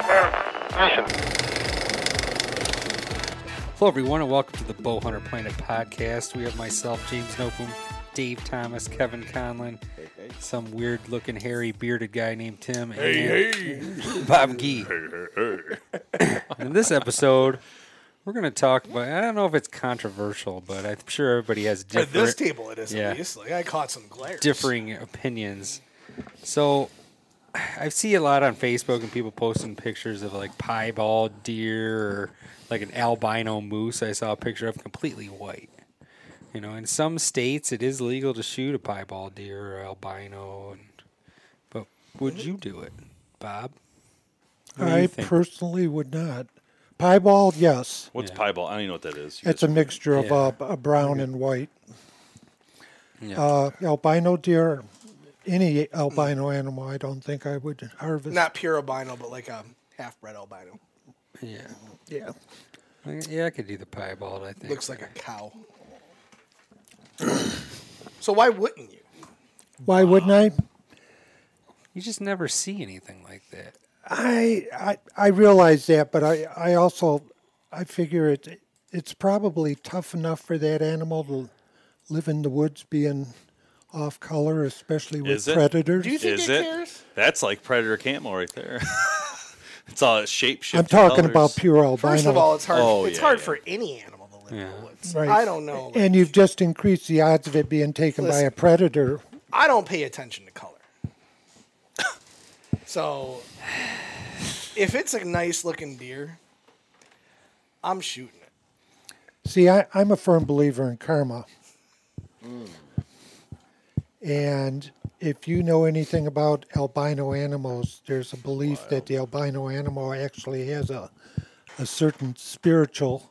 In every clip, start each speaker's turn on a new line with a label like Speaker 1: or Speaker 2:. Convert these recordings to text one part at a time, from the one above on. Speaker 1: Listen.
Speaker 2: Hello, everyone, and welcome to the Bow Hunter Planet podcast. We have myself, James Nopum, Dave Thomas, Kevin Conlin, some weird looking, hairy, bearded guy named Tim, and Bob Gee. In this episode, we're going to talk about, I don't know if it's controversial, but I'm sure everybody has
Speaker 3: At this
Speaker 2: different,
Speaker 3: table, it is
Speaker 2: Yeah.
Speaker 3: at least. Like I caught some glares.
Speaker 2: differing opinions. So. I see a lot on Facebook and people posting pictures of like piebald deer or like an albino moose. I saw a picture of completely white. You know, in some states it is legal to shoot a piebald deer or albino, and, but would you do it, Bob? What do you
Speaker 4: I
Speaker 2: think?
Speaker 4: personally would not. Piebald, yes.
Speaker 5: What's piebald? I don't even know what that is. You
Speaker 4: It's a
Speaker 5: guys-
Speaker 4: mixture of
Speaker 2: Yeah.
Speaker 4: uh, a brown and white.
Speaker 2: Yeah.
Speaker 4: Uh, albino deer, any albino animal, I don't think I would harvest.
Speaker 3: Not pure albino, but like a half bred albino.
Speaker 2: yeah,
Speaker 4: Yeah.
Speaker 2: I- yeah, I could do the piebald. I think
Speaker 3: Looks like a cow. so why wouldn't you?
Speaker 4: Why wouldn't I?
Speaker 2: you just never see anything like that.
Speaker 4: I, I I realize that, but I, I also I figure it it's probably tough enough for that animal to live in the woods being off color, especially with
Speaker 5: Is it?
Speaker 4: predators.
Speaker 5: is it? That's like predator camel right there. it's all shape
Speaker 4: I'm talking about pure albino.
Speaker 3: First of all, it's hard.
Speaker 5: Oh,
Speaker 3: it's
Speaker 5: yeah,
Speaker 3: hard
Speaker 5: yeah.
Speaker 3: for any animal to live in the woods.
Speaker 4: Right.
Speaker 3: I don't know.
Speaker 4: And you've just increased the odds of it being taken by a
Speaker 3: Listen.
Speaker 4: predator.
Speaker 3: I don't pay attention to color. so if it's a nice looking deer, I'm shooting it.
Speaker 4: See, I, I'm a firm believer in karma.
Speaker 3: Mm.
Speaker 4: And if you know anything about albino animals, there's a belief that the albino animal actually has a, a certain spiritual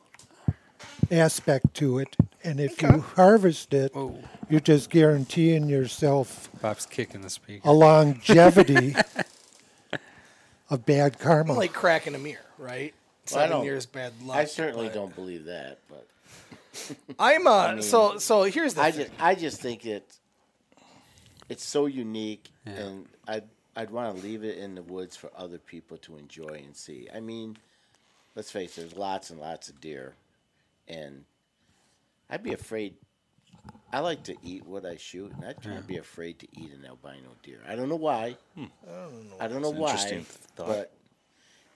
Speaker 4: aspect to it. And if you harvest it, you're just guaranteeing yourself
Speaker 2: Bob's kicking the speaker.
Speaker 4: a longevity of bad karma.
Speaker 3: like cracking a mirror, right?
Speaker 6: Well, I
Speaker 3: Seven
Speaker 6: don't-
Speaker 3: years bad luck.
Speaker 6: I certainly
Speaker 3: but-
Speaker 6: don't believe that, but
Speaker 3: I'm uh so so here's the
Speaker 6: I
Speaker 3: thing.
Speaker 6: just I just think it it's so unique, and I I'd want to leave it in the woods for other people to enjoy and see. I mean, let's face it, there's lots and lots of deer, and I'd be afraid. I like to eat what I shoot, and I'd kind of be afraid to eat an albino deer. I don't know why. I don't know
Speaker 5: Hmm. That's an
Speaker 6: why,
Speaker 5: interesting thought.
Speaker 6: but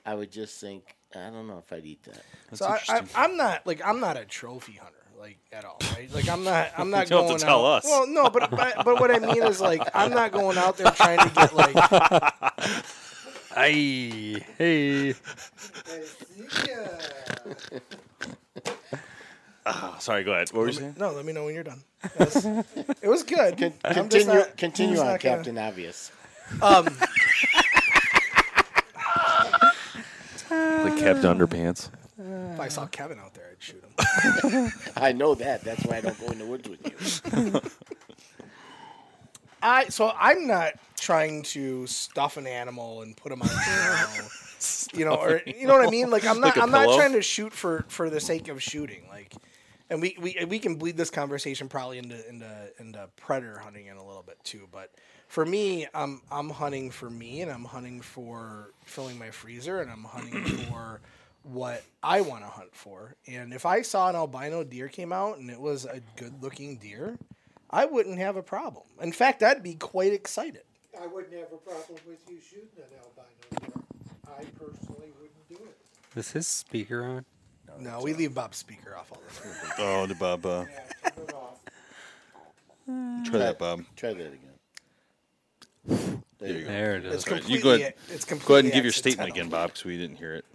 Speaker 6: I would just think I don't know if I'd eat that.
Speaker 3: so I, I, I'm not like I'm not a trophy hunter like at all, right? Like I'm not I'm not
Speaker 5: don't have to
Speaker 3: going
Speaker 5: tell
Speaker 3: out.
Speaker 5: us.
Speaker 3: Well, no, but, but but what I mean is like I'm not going out there trying to get like
Speaker 2: Aye, hey,
Speaker 5: Oh, sorry, go ahead. What were you saying?
Speaker 3: no. Let me know when you're done. That's- it was good. I'm just
Speaker 6: Continue,
Speaker 3: not- I'm
Speaker 6: continue
Speaker 3: just
Speaker 6: on,
Speaker 3: not gonna-
Speaker 6: Captain Obvious.
Speaker 5: The kept underpants.
Speaker 3: If I saw Kevin out there, I'd shoot him.
Speaker 6: I know that. That's why I don't go in the woods with you.
Speaker 3: I so I'm not trying to stuff an animal and put him on. you know, you know, or you know what I mean? Like I'm not,
Speaker 5: Like a
Speaker 3: I'm not
Speaker 5: pillow?
Speaker 3: trying to shoot for for the sake of shooting. Like, and we we we can bleed this conversation probably into into into predator hunting in a little bit too. But for me, I'm I'm hunting for me, and I'm hunting for filling my freezer, and I'm hunting for what I want to hunt for. And if I saw an albino deer came out and it was a good looking deer, I wouldn't have a problem. In fact, I'd be quite excited.
Speaker 4: I wouldn't have a problem with you shooting an albino deer. I personally wouldn't do it.
Speaker 2: Is his speaker on?
Speaker 3: No, we leave Bob's speaker off all the time.
Speaker 5: Oh, the Bob. Uh, try that, Bob.
Speaker 6: Try that again.
Speaker 5: There you go.
Speaker 2: There it
Speaker 3: It's
Speaker 2: is.
Speaker 5: All right,
Speaker 3: completely.
Speaker 5: you go ahead.
Speaker 3: It's
Speaker 5: Go
Speaker 3: completely
Speaker 5: ahead and give your statement
Speaker 3: accidental.
Speaker 5: again, Bob, because we didn't hear it.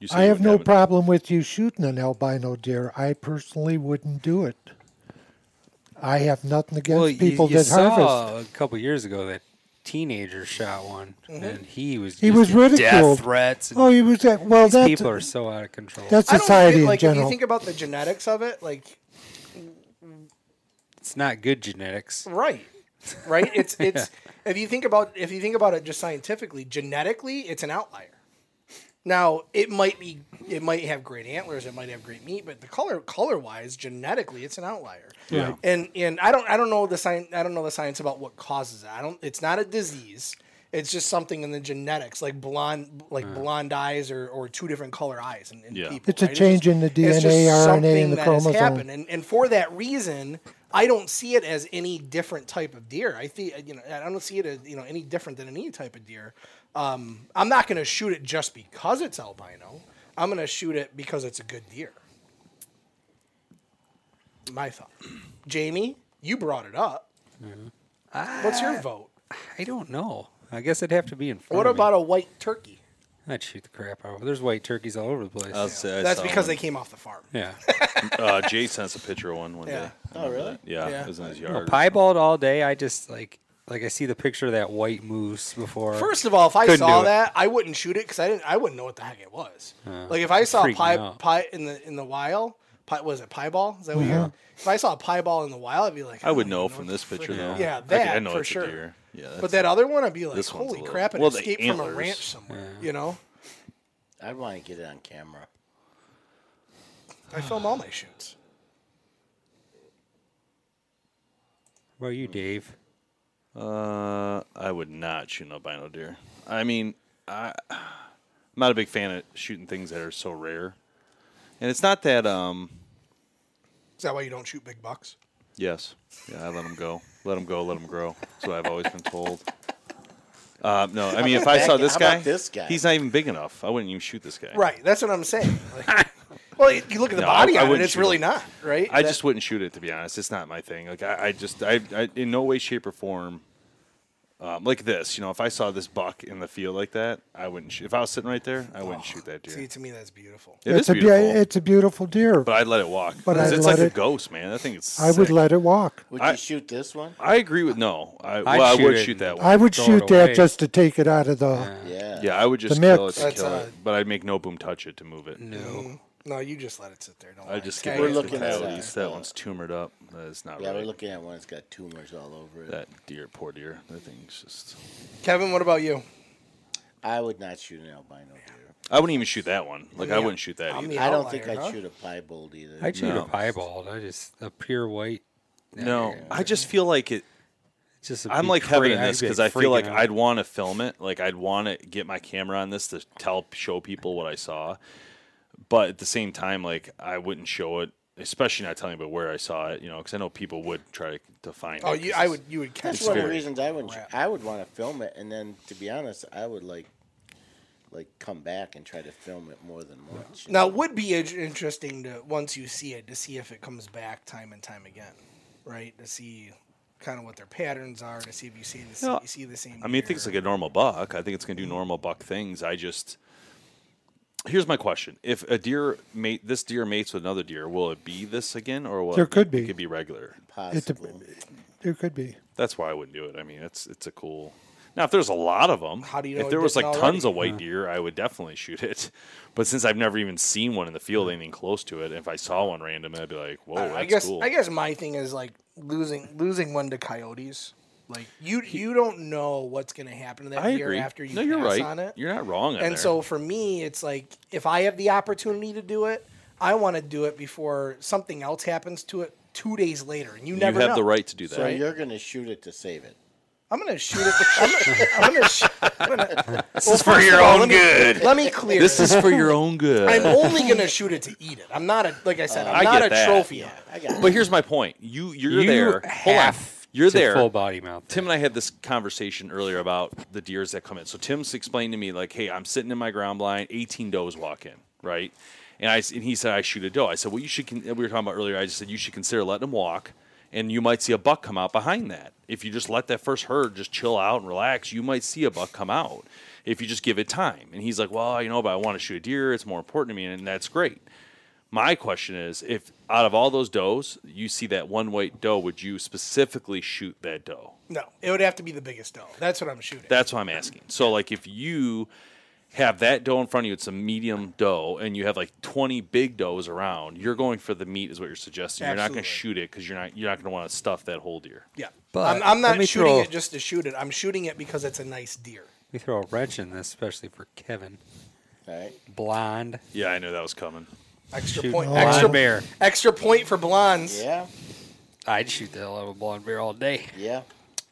Speaker 5: You said
Speaker 4: I
Speaker 5: you
Speaker 4: have
Speaker 5: wouldn't
Speaker 4: no
Speaker 5: it.
Speaker 4: problem with you shooting an albino deer. I personally wouldn't do it. I have nothing against
Speaker 2: Well, you,
Speaker 4: people
Speaker 2: you
Speaker 4: that harvest.
Speaker 2: saw a couple years ago that teenager shot one,
Speaker 5: Mm-hmm.
Speaker 2: and he was
Speaker 4: He
Speaker 2: just
Speaker 4: was ridiculed.
Speaker 2: death threats. and
Speaker 4: Oh, you was that? Well,
Speaker 2: these
Speaker 4: that's
Speaker 2: people are so out of control.
Speaker 4: that's
Speaker 3: I don't
Speaker 4: society
Speaker 3: think, like, If
Speaker 4: in
Speaker 3: you
Speaker 4: general.
Speaker 3: think about the genetics of it, like
Speaker 2: It's not good genetics.
Speaker 3: right, right. It's it's if you think about if you think about it just scientifically, genetically, it's an outlier. Now it might be it might have great antlers, it might have great meat, but the color color wise, genetically, it's an outlier.
Speaker 5: Yeah. Right.
Speaker 3: And and I don't I don't know the science I don't know the science about what causes it. I don't. It's not a disease. It's just something in the genetics, like blonde like blonde eyes or, or two different color eyes in, in
Speaker 5: Uh. Yeah.
Speaker 3: people.
Speaker 4: It's a
Speaker 3: right?
Speaker 4: change
Speaker 3: just-
Speaker 4: in the
Speaker 3: it's just
Speaker 4: DNA, RNA, and
Speaker 3: something
Speaker 4: the
Speaker 3: that has
Speaker 4: chromosome.
Speaker 3: happened. And, and for that reason, I don't see it as any different type of deer. I see, you know, I don't see it as you know any different than any type of deer. Um, I'm not going to shoot it just because it's albino. I'm going to shoot it because it's a good deer. My thought, Jamie, you brought it up. What's your vote?
Speaker 2: I don't know. I guess it'd have to be in front
Speaker 3: What
Speaker 2: of me.
Speaker 3: about a white turkey?
Speaker 2: I'd shoot the crap out of it. There's white turkeys all over the place.
Speaker 5: I'll say I
Speaker 3: That's
Speaker 5: saw
Speaker 3: because they
Speaker 5: one.
Speaker 3: came off the farm.
Speaker 2: yeah.
Speaker 5: Uh, Jay sent us a picture of one one
Speaker 3: Yeah.
Speaker 5: day. I
Speaker 6: Oh,
Speaker 5: remember
Speaker 6: really?
Speaker 5: that. Yeah,
Speaker 3: Yeah.
Speaker 5: it was in his
Speaker 2: No,
Speaker 5: yard.
Speaker 2: piebald all day. I just like like I see the picture of that white moose before.
Speaker 3: First of all, if I
Speaker 2: Couldn't
Speaker 3: saw
Speaker 2: do it.
Speaker 3: that, I wouldn't shoot it because I didn't. I wouldn't know what the heck it was. like if I saw
Speaker 2: freaked me
Speaker 3: pie
Speaker 2: out.
Speaker 3: pie in the in the wild, pie, was it pie ball? Is that what you? If I saw a pie ball in the wild, I'd be like, "Oh,
Speaker 5: I would
Speaker 3: don't
Speaker 5: know
Speaker 3: even
Speaker 5: from
Speaker 3: what
Speaker 5: this
Speaker 3: the frick-
Speaker 5: picture though.
Speaker 3: Yeah,
Speaker 5: I could-
Speaker 3: that
Speaker 5: I know
Speaker 3: for
Speaker 5: it's
Speaker 3: sure.
Speaker 5: a deer. Yeah,
Speaker 3: But
Speaker 5: that's-
Speaker 3: that other one, I'd be like,
Speaker 5: This one's a
Speaker 3: holy
Speaker 5: little-
Speaker 3: crap! It
Speaker 5: well, the
Speaker 3: escaped from a
Speaker 5: antlers.
Speaker 3: ranch somewhere. You know,
Speaker 6: I'd want to get it on camera.
Speaker 3: I film all my shoots.
Speaker 2: what about you, Dave?
Speaker 5: Uh, I would not shoot an albino deer. I mean, I, I'm not a big fan of shooting things that are so rare. And it's not that. Um,
Speaker 3: Is that why you don't shoot big bucks?
Speaker 5: yes, yeah, I let them go, let them go, let them grow. That's what I've always been told. Uh, no, I mean, if I saw this
Speaker 6: How about
Speaker 5: guy,
Speaker 6: this guy?
Speaker 5: he's not even big enough. I wouldn't even shoot this guy.
Speaker 3: Right. That's what I'm saying. Like, well, you you look at the
Speaker 5: No, I-
Speaker 3: body
Speaker 5: I
Speaker 3: of it;
Speaker 5: wouldn't
Speaker 3: it's
Speaker 5: shoot
Speaker 3: really
Speaker 5: it.
Speaker 3: not right.
Speaker 5: I
Speaker 3: That-
Speaker 5: just wouldn't shoot it to be honest. It's not my thing. Like I, I just I, I in no way, shape, or form. Um, like this, you know, if I saw this buck in the field like that, I wouldn't. Shoot. If I was sitting right there, I wouldn't shoot that deer.
Speaker 3: see to me that's beautiful.
Speaker 5: It
Speaker 4: it's
Speaker 5: is
Speaker 4: a be-
Speaker 5: beautiful,
Speaker 4: it's a beautiful deer.
Speaker 5: but I'd let it walk.
Speaker 4: But
Speaker 5: 'Cause
Speaker 4: I'd
Speaker 5: it's
Speaker 4: let
Speaker 5: like a
Speaker 4: it-
Speaker 5: ghost, man. I think it's.
Speaker 4: I would
Speaker 5: sick.
Speaker 4: let it walk.
Speaker 6: Would
Speaker 5: I-
Speaker 6: you shoot this one?
Speaker 5: I agree with no. I, well,
Speaker 2: I'd
Speaker 5: I
Speaker 2: shoot
Speaker 5: would
Speaker 2: it.
Speaker 5: shoot that one.
Speaker 4: I would
Speaker 2: Throw it
Speaker 4: shoot that
Speaker 2: away.
Speaker 4: just to take it out of the.
Speaker 6: Yeah.
Speaker 5: yeah, I would just
Speaker 4: The
Speaker 5: kill it
Speaker 4: mix.
Speaker 5: to
Speaker 3: That's
Speaker 5: kill
Speaker 3: a-
Speaker 5: it, but I'd make no boom touch it to move it.
Speaker 2: No.
Speaker 3: No, you just let it sit there. Don't.
Speaker 5: I
Speaker 3: worry.
Speaker 5: just
Speaker 3: Sky
Speaker 5: get
Speaker 6: we're
Speaker 5: rid of the
Speaker 6: looking at, uh,
Speaker 5: coyotes. That one's tumored up. That's not
Speaker 6: Yeah,
Speaker 5: right.
Speaker 6: we're looking at one that's got tumors all over it.
Speaker 5: that deer, poor deer. That thing's just.
Speaker 3: Kevin, what about you?
Speaker 6: I would not shoot an albino deer.
Speaker 5: I wouldn't even shoot that one. Like I wouldn't shoot that
Speaker 3: I'm
Speaker 5: either.
Speaker 3: the
Speaker 6: I don't think
Speaker 3: outlier,
Speaker 6: I'd
Speaker 3: huh?
Speaker 6: shoot a piebald either.
Speaker 2: I'd shoot
Speaker 5: No.
Speaker 2: a piebald. I just a pure white.
Speaker 5: No, I just feel like it.
Speaker 2: Just
Speaker 5: I'm like heaven in this because I feel like
Speaker 2: I'd.
Speaker 5: I'd want to film it. Like I'd want to get my camera on this to tell show people what I saw. But at the same time, like I wouldn't show it, especially not telling about where I saw it. You know, because I know people would try to, to find.
Speaker 3: Oh,
Speaker 5: it
Speaker 3: you,
Speaker 5: 'cause
Speaker 3: I would. You would catch
Speaker 6: That's one of the
Speaker 3: it.
Speaker 6: reasons I would. not I would want to film it, and then to be honest, I would like, like come back and try to film it more than once. you
Speaker 3: Now,
Speaker 6: know?
Speaker 3: it would be in- interesting to once you see it to see if it comes back time and time again, right? To see kind of what their patterns are, to see if you see the same.
Speaker 5: No,
Speaker 3: you see the same.
Speaker 5: I mean, I think it's
Speaker 3: deer.
Speaker 5: like a normal buck. I think it's going to do normal buck things. I just here's my question: If a deer mate, this deer mates with another deer, will it be this again, or will
Speaker 4: There
Speaker 5: it,
Speaker 4: could be.
Speaker 5: It could be regular.
Speaker 4: It,
Speaker 6: possibly.
Speaker 4: dep- there could be.
Speaker 5: That's why I wouldn't do it. I mean, it's it's a cool. Now, if there's a lot of them,
Speaker 3: How do you know
Speaker 5: if
Speaker 3: it
Speaker 5: there was like
Speaker 3: didn't
Speaker 5: tons
Speaker 3: already?
Speaker 5: of white deer, I would definitely shoot it. But since I've never even seen one in the field, anything close to it, if I saw one random, I'd be like, "Whoa, oh, that's
Speaker 3: I guess.
Speaker 5: cool."
Speaker 3: I guess my thing is like losing losing one to coyotes. Like you you don't know what's going to happen to that
Speaker 5: I
Speaker 3: deer
Speaker 5: agree.
Speaker 3: after you
Speaker 5: no, you're
Speaker 3: pass
Speaker 5: right.
Speaker 3: on it.
Speaker 5: You're not wrong. on
Speaker 3: and
Speaker 5: there.
Speaker 3: so for me, it's like if I have the opportunity to do it, I want to do it before something else happens to it two days later, and you
Speaker 5: you
Speaker 3: never
Speaker 5: have
Speaker 3: know.
Speaker 5: the right to do that.
Speaker 6: So you're gonna shoot it to save it.
Speaker 3: I'm gonna shoot it. I'm gonna. I'm gonna, sh- I'm gonna this
Speaker 5: is for your own
Speaker 3: let me,
Speaker 5: good.
Speaker 3: Let me clear.
Speaker 5: This is for your own good.
Speaker 3: I'm only gonna shoot it to eat it. I'm not a like I said. I'm
Speaker 5: Uh, I
Speaker 3: not
Speaker 5: get
Speaker 3: a
Speaker 5: that.
Speaker 3: trophy. hunter.
Speaker 6: I got it.
Speaker 5: But here's my point. You you're
Speaker 2: You
Speaker 5: there. Hold on.
Speaker 2: have
Speaker 5: You're
Speaker 2: to
Speaker 5: there.
Speaker 2: Full body mouth.
Speaker 5: Tim and I had this conversation earlier about the deers that come in. So Tim's explained to me like, "Hey, I'm sitting in my ground blind. 18 does walk in, right?" And I s- and he said, "I shoot a doe." I said, "Well, you should." Con-, we were talking about earlier. I just said you should consider letting them walk, and you might see a buck come out behind that. If you just let that first herd just chill out and relax, you might see a buck come out. If you just give it time. And he's like, "Well, you know, but I want to shoot a deer. It's more important to me, and that's great." My question is, if out of all those does, you see that one white doe, would you specifically shoot that doe?
Speaker 3: No, it would have to be the biggest doe. That's what I'm shooting.
Speaker 5: That's what I'm asking. So, like, if you have that doe in front of you, it's a medium doe, and you have like 20 big does around, you're going for the meat, is what you're suggesting. You're not going
Speaker 3: Absolutely.
Speaker 5: to shoot it because you're not you're not going to want to stuff that whole deer.
Speaker 3: yeah,
Speaker 2: But
Speaker 3: I'm, I'm
Speaker 2: let
Speaker 3: not
Speaker 2: me
Speaker 3: shooting
Speaker 2: throw-
Speaker 3: it just to shoot it. I'm shooting it because it's a nice deer.
Speaker 2: We throw a wrench in this, especially for Kevin.
Speaker 6: All right.
Speaker 2: Blonde.
Speaker 5: Yeah, I knew that was coming.
Speaker 3: Extra
Speaker 2: Shoot
Speaker 3: point.
Speaker 2: blonde
Speaker 3: Extra
Speaker 2: bear.
Speaker 3: Extra point for blondes.
Speaker 6: Yeah.
Speaker 2: I'd shoot the hell out of a blonde bear all day.
Speaker 6: Yeah.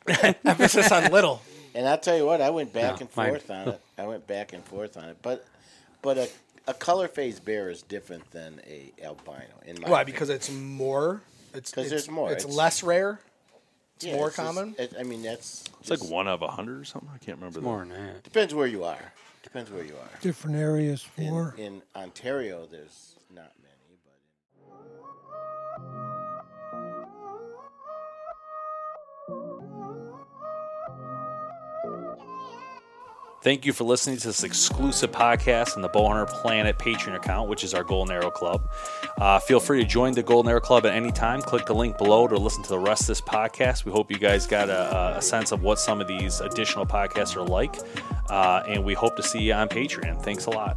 Speaker 3: Emphasis on little.
Speaker 6: And I'll tell you what, I went back
Speaker 2: No,
Speaker 6: and
Speaker 2: mine-
Speaker 6: forth on it. I went back and forth on it, but but a a color phase bear is different than a albino in my
Speaker 3: Why? Because it's more. It's
Speaker 6: 'Cause
Speaker 3: it's-
Speaker 6: there's more.
Speaker 3: It's,
Speaker 6: It's-
Speaker 3: less rare.
Speaker 6: it's
Speaker 3: more common?
Speaker 6: Just, it, I mean, that's
Speaker 5: It's like
Speaker 6: just-
Speaker 5: one of a 100 or something. I can't remember. the-
Speaker 2: More than that.
Speaker 6: depends where you are. Depends where you are.
Speaker 4: Different areas
Speaker 6: In,
Speaker 4: for.
Speaker 6: in Ontario, there's not many, but
Speaker 5: Thank you for listening to this exclusive podcast on the Bowhunter Planet Patreon account, which is our Golden Arrow Club. Uh, feel free to join the Golden Arrow Club at any time. Click the link below to listen to the rest of this podcast. We hope you guys got a, a sense of what some of these additional podcasts are like, uh, and we hope to see you on Patreon. Thanks a lot.